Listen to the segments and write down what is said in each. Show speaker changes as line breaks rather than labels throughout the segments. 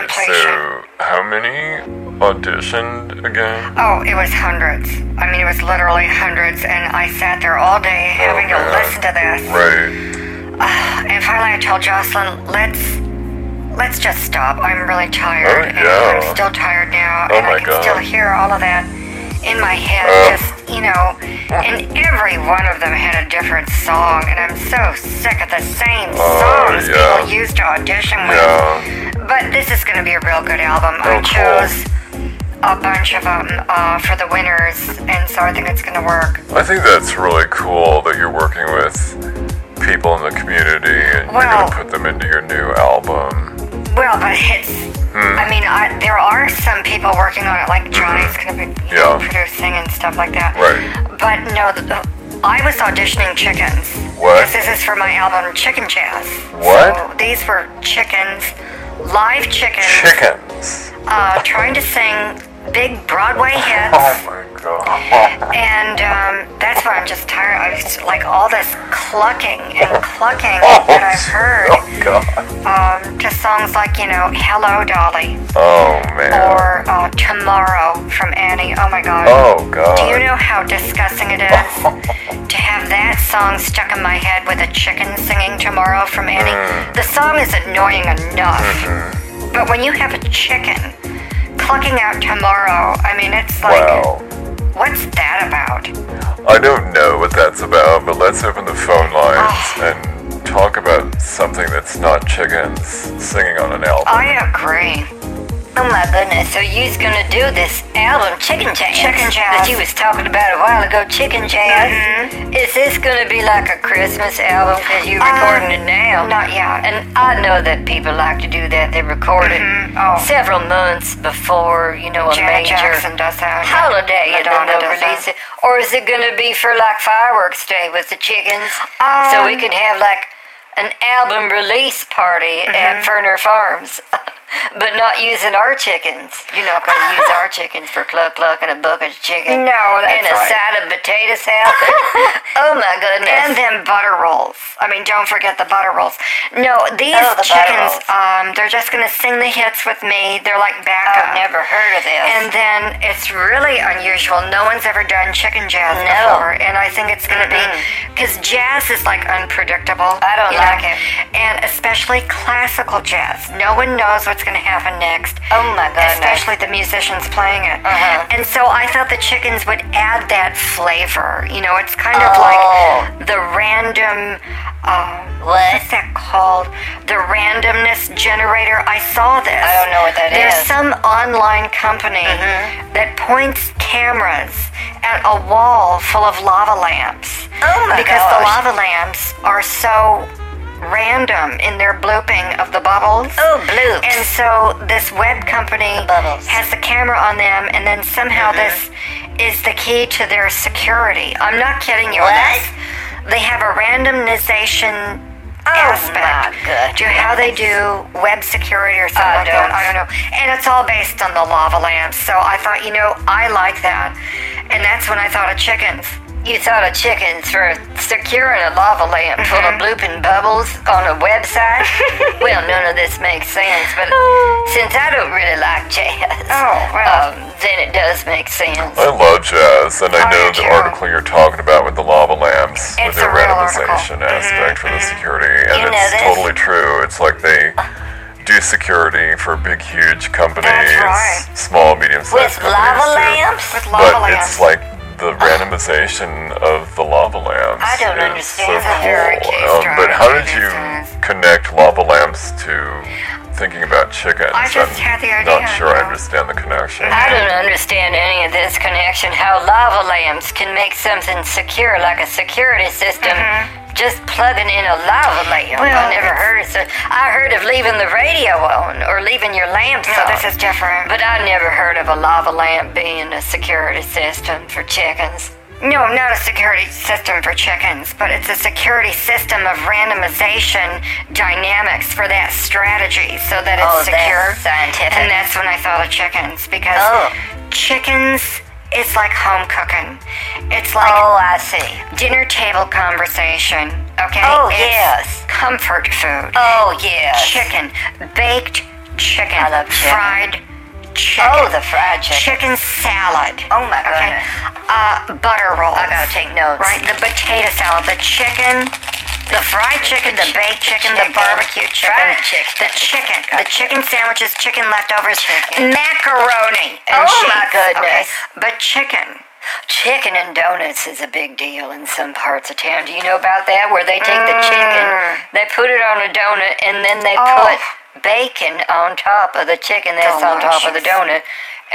completion.
So, how many auditioned again?
Oh, it was hundreds. I mean, it was literally hundreds, and I sat there all day having to
man.
listen to this.
Right.
And finally, I told Jocelyn, "Let's, let's just stop. I'm really tired.
Oh,
and
yeah.
I'm still tired now,
Oh,
and I
my
can
God.
still hear all of that in my head.
Oh.
Just you know, and every one of them had a different song, and I'm so sick of the same songs
Oh, yeah.
people used to audition with.
Yeah.
But this is going to be a real good album. I
Oh, cool.
chose a bunch of them uh, for the winners, and so I think it's going to work.
I think that's really cool that you're working with people in the community and
Well-
you're gonna put them into your new album.
Well, but it's.
Hmm.
I mean, I, there are some people working on it, like Johnny's going to be you know,
Mm-hmm. Yeah.
producing and stuff like that.
Right.
But no, the, the- I was auditioning chickens.
What?
This, this is for my album Chicken Jazz.
What?
So these were chickens, live chickens,
Chickens.
uh, trying to sing big Broadway hits.
Oh my god.
And um, that's why I'm just tired. I was like all this clucking and clucking that I've heard
Oh god.
um, to songs like, you know, Hello Dolly
Oh man.
or uh, Tomorrow from Annie. Oh my God.
Oh god.
Do you know how disgusting it is to have that song stuck in my head with a chicken singing Tomorrow from Annie?
Mm-hmm.
The song is annoying enough, but when you have a chicken clucking out Tomorrow, I mean, it's like,
Wow.
what's that about?
I don't know what that's about, but let's open the phone lines
Ah.
and talk about something that's not chickens singing on an album.
I agree.
Oh my goodness, so you's gonna do this album, Chicken Jazz?
Chicken Jazz.
That you was talking about a while ago, Chicken Jazz?
Mm-hmm.
Is this gonna be like a Christmas album? Cause you recording
Uh,
it now.
Not yet.
And I know that people like to do that. They record it
Oh.
several months before, you know, a
Janet
major
Jackson does that.
holiday and then
Madonna
they'll
does
release
that.
it. Or is it gonna be for like fireworks day with the chickens? so we
Um,
could have like an album release party
Mm-hmm.
at Ferner Farms. but not using our chickens. You're not gonna use our chickens for cluck cluck and a bucket of chicken.
No, that's
And a
right.
side of potato salad. oh my goodness.
And then butter rolls. I mean, don't forget the butter rolls. No, these
Oh, the butter
chickens,
rolls.
um, they're just going to sing the hits with me. They're like
I've
backup.
never heard of this.
And then it's really unusual. No one's ever done chicken jazz
No.
before, and I think it's going to 'cause be because jazz is like unpredictable.
I don't
you
like
know?
it.
and especially classical jazz. No one knows what's going to happen next.
Oh my goodness.
Especially the musicians playing it.
Uh-huh.
And so I thought the chickens would add that flavor. You know, it's kind of
Oh.
like the random. Uh,
What?
What's that called? The randomness generator. I saw this.
I don't know what that
that is. There's
is. Mm-hmm.
some online company that points cameras at a wall full of lava lamps.
Oh my
Because the
gosh.
lava lamps are so random in their blooping of the bubbles.
Oh, blue.
And so this web company
The bubbles. Mm-hmm.
has the camera on them, and then somehow this is the key to their security. I'm not kidding you. on
What?
this. They have a randomization
Oh my
aspect
goodness.
to how they do web security or something
I
like that.
Uh, don't-
I don't know. And it's all based on the lava lamps. So I thought, you know, I like that. And that's when I thought of chickens.
You thought of chickens for securing a lava lamp full
Mm-hmm.
of blooping bubbles on a website? well, none of this makes sense, but since I don't really like jazz,
Oh, well.
um, then it does make sense.
I love jazz, and I
I
know
do
the
too.
article you're talking about with the lava lamps, with
uh, It's
their
a real article. Mm-hmm,
randomization aspect for the security, and
You know
it's
this?
totally true. It's like they do security for big, huge companies,
right.
small, medium-sized
With
companies
lava
too.
lamps?
With lava
But
lamps.
it's like the randomization of the lava lamps.
I don't
is
understand
so
that. Very
cool.
case
Um, but how did
drive,
you
yes.
connect lava lamps to thinking about chickens?
I just
am
had the idea,
Not sure I
no.
understand the connection.
I don't understand any of this connection how lava lamps can make something secure like a security system. Just plugging in a lava lamp.
Mm-hmm. Well,
I never
it's-
heard of such. I heard of leaving the radio on or leaving your lamps
No,
on.
this is different.
But I never heard of a lava lamp being a security system for chickens.
No, not a security system for chickens, but it's a security system of randomization dynamics for that strategy so that it's
Oh, that's
secure.
scientific.
And that's when I thought of chickens because
Oh.
chickens is like home cooking. It's like
Oh, I see.
dinner table conversation, okay?
Oh,
It's
yes.
Comfort food.
Oh, yes.
Chicken. Baked chicken.
I love chicken.
Fried chicken.
Oh, the fried chicken.
chicken salad.
Oh, my
Okay.
goodness.
Uh, butter rolls.
I gotta take notes.
Right, the potato salad, the chicken, the fried chicken, the baked chicken, the
chicken,
barbecue chicken,
fried chicken.
the chicken, the chicken sandwiches, chicken leftovers,
Chicken.
macaroni. and
Oh,
cheese,
my
okay?
goodness.
But chicken.
Chicken and donuts is a big deal in some parts of town. Do you know about that? Where they take the chicken, they put it on a donut, and then they
Mm. Oh.
put bacon on top of the chicken that's on top of the donut,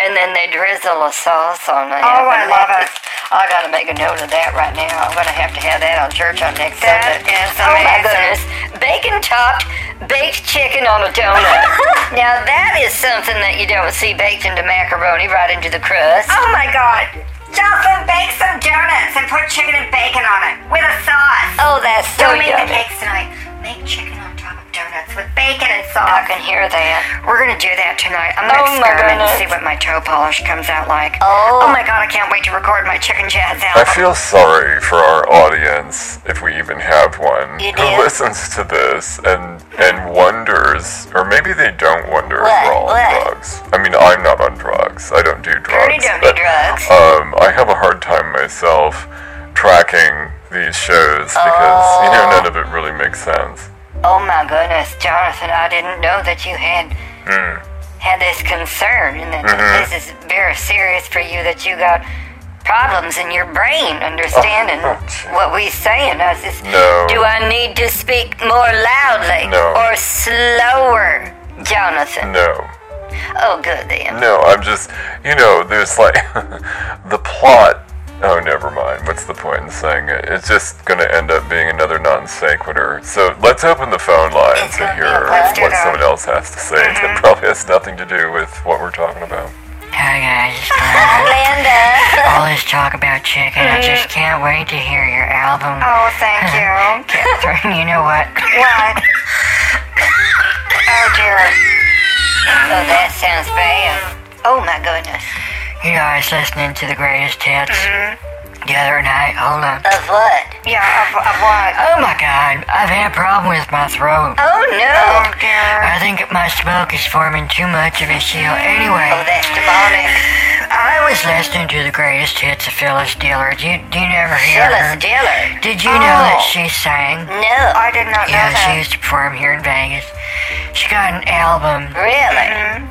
and then they drizzle a sauce on it.
Oh, I love it.
I gotta make a note of that right now. I'm gonna have to have that on church on next
That
Sunday.
is
Oh my
amazing.
goodness, bacon topped baked chicken on a donut. now that is something that you don't see baked into macaroni right into the crust.
Oh my god. Jocelyn, bake some donuts and put chicken and bacon on it with a sauce.
Oh, that's so
Don't make the
yummy.
cakes tonight. Make chicken on top of donuts with bacon and
I
sauce.
can hear that.
We're gonna do that tonight. I'm gonna
Oh my
experiment and
goodness.
see what my toe polish comes out like.
Oh.
my god, I can't wait to record my chicken jazz
I
album.
feel sorry for our audience, if we even have one,
You
who
do?
listens to this and and wonders, or maybe they don't wonder if
What?
we're all
What?
on drugs. I mean, I'm not on drugs. I don't do drugs.
Pretty don't do
but,
drugs.
Um, I have a hard time myself tracking these shows because you know none of it really makes sense.
Oh my goodness, Jonathan, I didn't know that you had
Hmm.
had this concern and that
Mm-hmm.
this is very serious for you that you got problems in your brain understanding
Oh, gee.
what we saying. I was just,
No.
Do I need to speak more loudly
No.
or slower, Jonathan?
No.
Oh good then.
No, I'm just, you know, there's like the plot. Oh, never mind. What's the point in saying it? It's just going to end up being another non sequitur. So let's open the phone lines to
gonna be a
hear
Mm-hmm. blast.
what someone else has to say. That probably has nothing to do with what we're talking about.
Hi guys,
Linda.
all this talk about chicken, I just can't wait to hear your album.
Oh, thank you.
Catherine, you know what?
what? Oh dear.
Oh that sounds bad. Oh my goodness.
You know, I was listening to the greatest hits
Mm-hmm.
the other night. Hold on.
Of what?
Yeah, of, of what?
Oh my god, I've had a problem with my throat.
Oh no.
Oh dear.
I think my smoke is forming too much of a shield.
Oh
Anyway,
that's demonic.
I was listening to the greatest hits of Phyllis Diller. Do you, do you never hear
Phyllis
her?
Diller.
Did you know that
Oh. Uh-huh.
she sang?
No.
I did not know
Yeah, she
that.
used to perform here in Vegas. She got an album.
Really?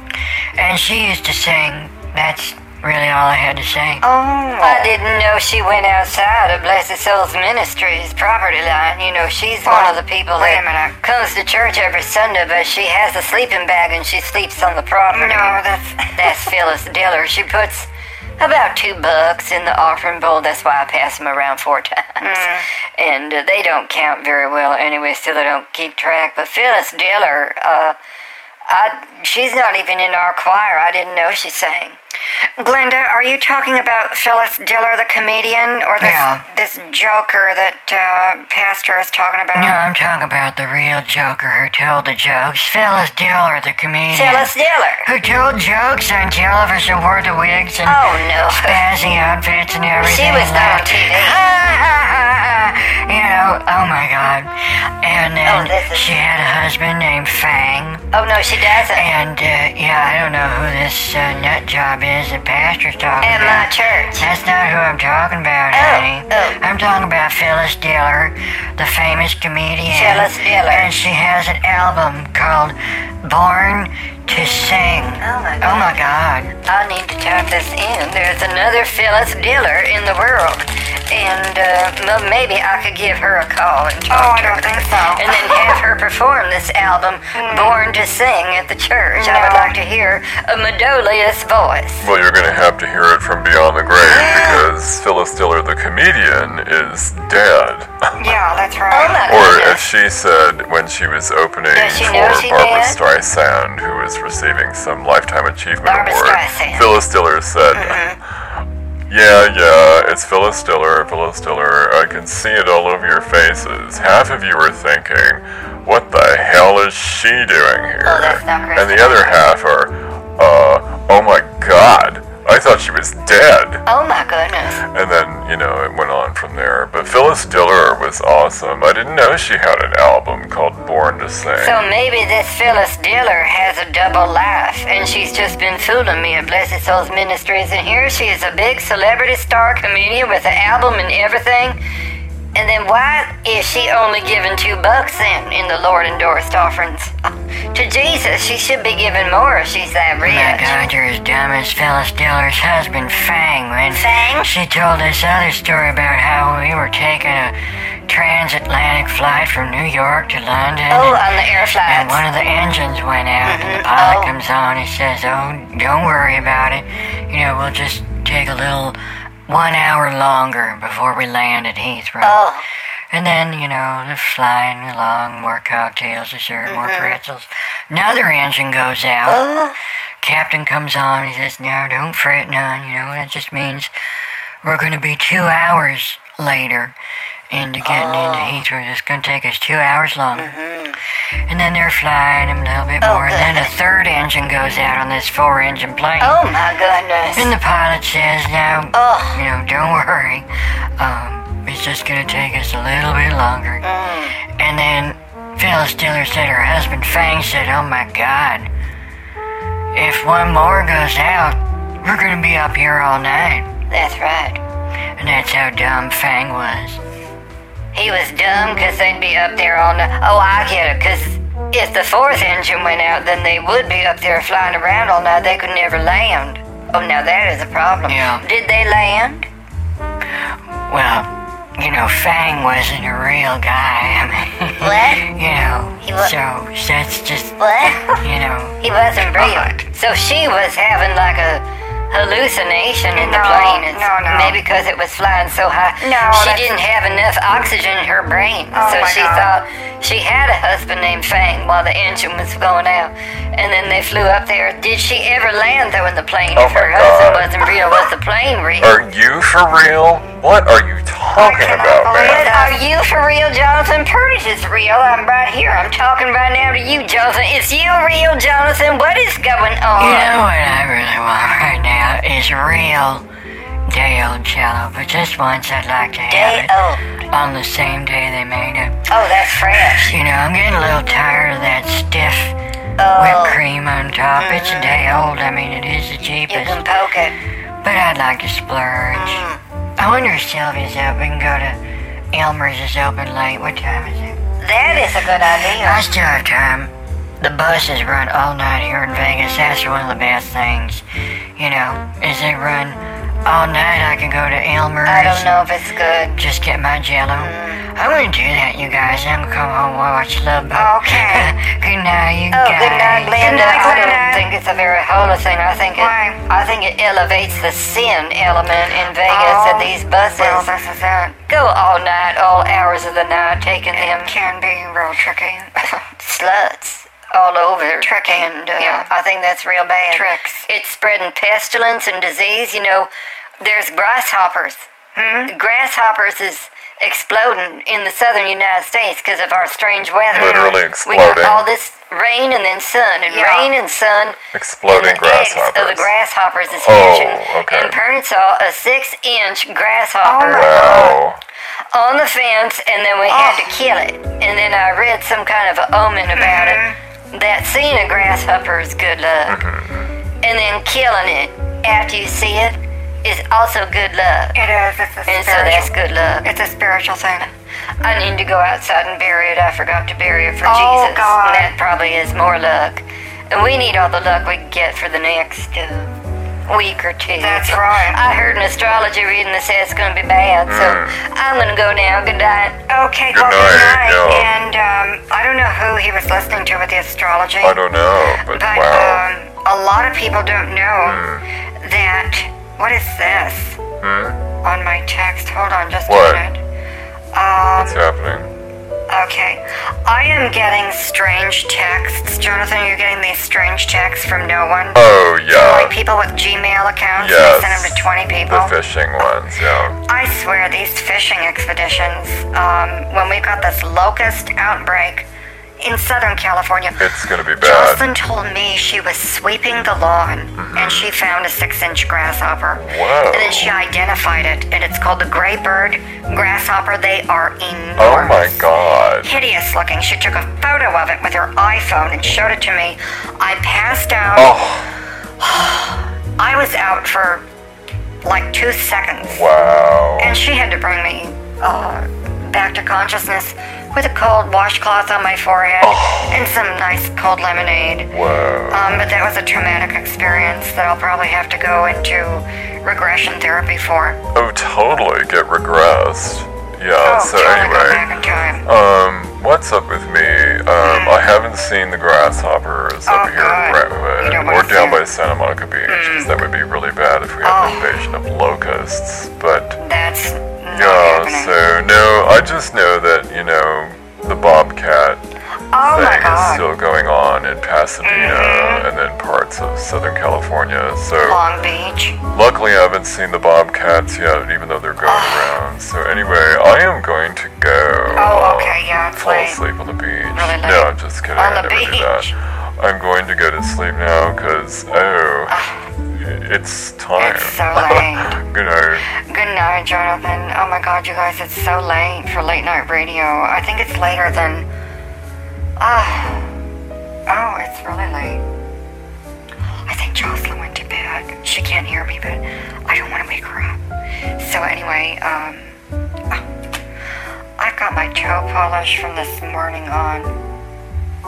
And she used to sing. That's really all I had to say.
Oh.
I didn't know she went outside of Blessed Souls Ministries property line. You know, she's one of the people
wait
that
a minute.
comes to church every Sunday, but she has a sleeping bag and she sleeps on the property.
No, that's.
That's Phyllis Diller. She puts about two bucks in the offering bowl. That's why I pass them around four times.
Mm.
And uh, they don't count very well anyway, so they don't keep track. But Phyllis Diller, uh, I, she's not even in our choir. I didn't know she sang.
Glenda, are you talking about Phyllis Diller, the comedian, or this,
Yeah.
this joker that uh, Pastor is talking about?
No, I'm talking about the real Joker who told the jokes. Phyllis Diller, the comedian.
Phyllis Diller.
Who told jokes on television, wore the wigs and
Oh, no.
spazzy outfits and
She
everything.
was not on
like,
TV.
you know, oh my god. And
Oh,
then
this is-
she had a husband named Fang.
Oh, no, she doesn't.
And, uh, yeah, I don't know who this uh, nut job is that Pastor's talking
At my
about.
church.
That's not who I'm talking about, honey.
oh.
I'm talking about Phyllis Diller, the famous comedian.
Phyllis Diller.
And she has an album called Born to Sing.
Oh, my
Oh my God.
I need to type this in. There's another Phyllis Diller in the world. And uh, well, maybe I could give her a call and
Oh, I
talk to her.
don't think so.
And then have her perform this album, Born to Sing, at the church. I would
No.
like to hear a Medolius voice.
Well, you're going to have to hear it from beyond the grave because Phyllis Diller, the comedian, is dead.
Yeah, that's
Oh,
right.
my
Or as
goodness.
she said when she was opening
Does she
for
know she
Barbara
did?
Streisand, who was receiving some Lifetime Achievement
Barbra
Award,
Streisand.
Phyllis Diller said, Yeah, yeah, it's Phyllis Diller, Phyllis Diller. I can see it all over your faces. Half of you are thinking, What the hell is she doing here?
Oh, that's not great.
and the other half are, uh, Oh my god, I thought she was dead.
Oh, my goodness.
And then, you know, it went on from there. But Phyllis Diller was awesome. I didn't know she had an album called Born born to sing.
So maybe this Phyllis Diller has a double life, and she's just been fooling me at Blessed Souls Ministries, and here she is a big celebrity star comedian with an album and everything. And then why is she only giving two bucks then in the Lord endorsed offerings? to Jesus, she should be giving more if she's that rich.
My God, you're as dumb as Phyllis Diller's husband, Fang, when
Fang?
she told this other story about how we were taking a transatlantic flight from New York to London.
Oh,
and-
on the air
and
flights.
one of the engines went out, and the pilot
Oh.
comes on. He says, "Oh, don't worry about it. You know, we'll just take a little, one hour longer before we land at Heathrow."
Oh,
And then, you know, they're flying along, more cocktails, dessert, more
Mm-hmm.
pretzels. Another engine goes out.
Oh.
Captain comes on, he says, No, don't fret none, you know, that just means we're going to be two hours later into getting into Heathrow. It's going to take us two hours longer. And then they're flying them a little bit more. And then a third engine goes out on this four engine plane.
oh my goodness. Oh,
And the pilot says, now,
Oh.
Ugh.
you know, don't worry. Um, it's just gonna take us a little bit longer.
Mm.
And then Phyllis Diller said her husband Fang said, oh my God, if one more goes out, we're gonna be up here all night.
That's right.
And that's how dumb Fang was.
He was dumb 'cause they'd be up there all night. Oh, I get it, 'cause if the fourth engine went out, then they would be up there flying around all night. They could never land. Oh, now that is a problem.
Yeah.
Did they land?
Well, you know, Fang wasn't a real guy. I mean,
What?
you know,
He wa-
so that's just,
What?
you know,
he wasn't real.
Uh-huh.
God.
So she was having like a hallucination in the
No,
plane. It's
no, no.
Maybe because it was flying so high.
No,
She
that's-
didn't have enough oxygen in her brain.
Oh,
so
my
she
God.
thought she had a husband named Fang while the engine was going out. And then they flew up there. Did she ever land though in the plane
Oh,
if her
my
husband
God.
wasn't real? Was the plane real?
Are you for real? What are you talking
cannot
about,
believe
man?
it.
Are you for real? Jonathan Purtis is real. I'm right here. I'm talking right now to you, Jonathan. Is you real, Jonathan? What is going on?
You know what I really want right now is real day old jello, but just once I'd like to
Day
have it
old.
on the same day they made it.
Oh, that's fresh.
You know, I'm getting a little tired of that stiff
Oh,
whipped cream on top. It's a day old. I mean, it is the
you can
cheapest,
poke it.
but I'd like to splurge. I wonder if Sylvia's open. Go to Elmer's is open late. What time is it?
That is a good
I
idea.
still have time. The buses run all night here in Vegas. That's one of the best things, you know, is they run all night. I can go to Elmer's.
I don't know if it's good. Mm.
Just get my jello. I'm gonna do that, you guys. I'm gonna come home and watch Love Boat.
Okay.
good night, you
Oh,
guys.
good night,
Good
Glenda.
night,
I don't
Glenda.
think it's a very holy thing. I think it,
Why?
I think it elevates the sin element in Vegas
Oh,
that these buses
Well, this is it.
go all night, all hours of the night, taking them
It can be real tricky.
sluts all over.
Tricky,
And uh,
yeah.
I think that's real bad.
Tricks.
It's spreading pestilence and disease. You know, there's grasshoppers.
Hmm?
Grasshoppers is exploding in the southern United States because of our strange weather.
Literally
We
exploding.
got all this rain and then sun, and
Yeah.
rain and sun.
Exploding
and the eggs Of the
grasshoppers.
grasshoppers is
Oh,
hatching.
okay.
In Pernisaw, a six-inch
Oh,
grasshopper
Wow.
on the fence and then we had
Ah.
to kill it. And then I read some kind of an omen about
Mm-hmm.
it. That seeing a grasshopper is good luck.
Mm-hmm.
And then killing it after you see it is also good luck.
It is. It's a
And so
spiritual.
that's good luck.
it's a spiritual thing.
I need to go outside and bury it. I forgot to bury it for
Oh,
Jesus.
God.
And that probably is more luck. And we need all the luck we can get for the next uh, week or two.
That's right.
I heard an astrology reading that says it's going to be bad, so I'm going to go now. Good night.
Mm. Okay,
Good
well, good
night,
night.
y'all.
And um, I don't know who he was listening to with the astrology,
I don't know, but
but
wow.
um, a lot of people don't know that. What is this on my text? Hold on, just
What?
a minute. Um,
What's happening?
Okay. I am getting strange texts. Jonathan, you're getting these strange texts from no one.
Oh,
Like
yeah.
people with Gmail accounts.
Yes.
They send them to 20 people.
The fishing ones, yeah.
I swear, these fishing expeditions, um, when we got this locust outbreak in Southern California.
It's gonna be bad.
Jocelyn told me she was sweeping the lawn and she found a six inch grasshopper.
Whoa.
And then she identified it, and it's called the gray bird grasshopper. They are enormous.
Oh my god.
Hideous looking. She took a photo of it with her iPhone and showed it to me. I passed out.
Oh,
I was out for like two seconds.
wow.
And she had to bring me uh, back to consciousness with a cold washcloth on my forehead
Oh.
and some nice cold lemonade.
Whoa.
Um, but that was a traumatic experience that I'll probably have to go into regression therapy for.
Oh, totally get regressed. Yeah,
oh,
so
trying to go
anyway.
back in time.
Um, what's up with me? Um, I haven't seen the grasshoppers
Oh,
up here in
God. You
Brentwood
don't wanna
or down
see Oh. 'em.
by Santa Monica Beach. 'cause That would be really bad if we had an invasion of locusts. But
That's not
yeah,
happening.
so no, I just know that you know the bobcat
oh my
thing is
god. Mm-hmm.
still going on in Pasadena and then parts of Southern California. So
Long Beach.
Luckily, I haven't seen the Bobcats yet, even though they're going around. So anyway, I am going to go.
Oh,
uh,
okay, yeah, it's
Fall
late.
asleep on the beach.
Really late.
No, I'm just kidding.
On
I never
the
do
beach.
that. I'm going to go to sleep now because oh, it's time.
It's so late.
Good night.
Good night, Jonathan. Oh my god, you guys, it's so late for late night radio. I think it's later than. Ah. oh, it's really late. I think Jocelyn went to bed. She can't hear me, but I don't want to wake her up. So, anyway, um. ah, I've got my toe polish from this morning on.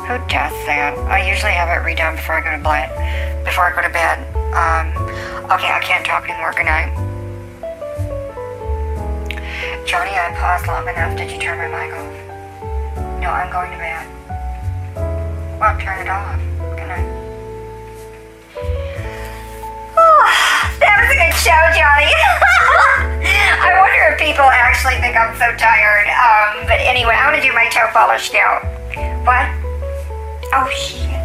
Who does that? I usually have it redone before I go to bed. Before I go to bed. Um, okay, I can't talk anymore. Good night. Johnny, I paused long enough. Did you turn my mic off? No, I'm going to bed. Well, turn it off. Good night. Oh, that was a good show, Johnny. I wonder if people actually think I'm so tired. Um, but anyway, I'm gonna do my toe polish now. What? Oh shit.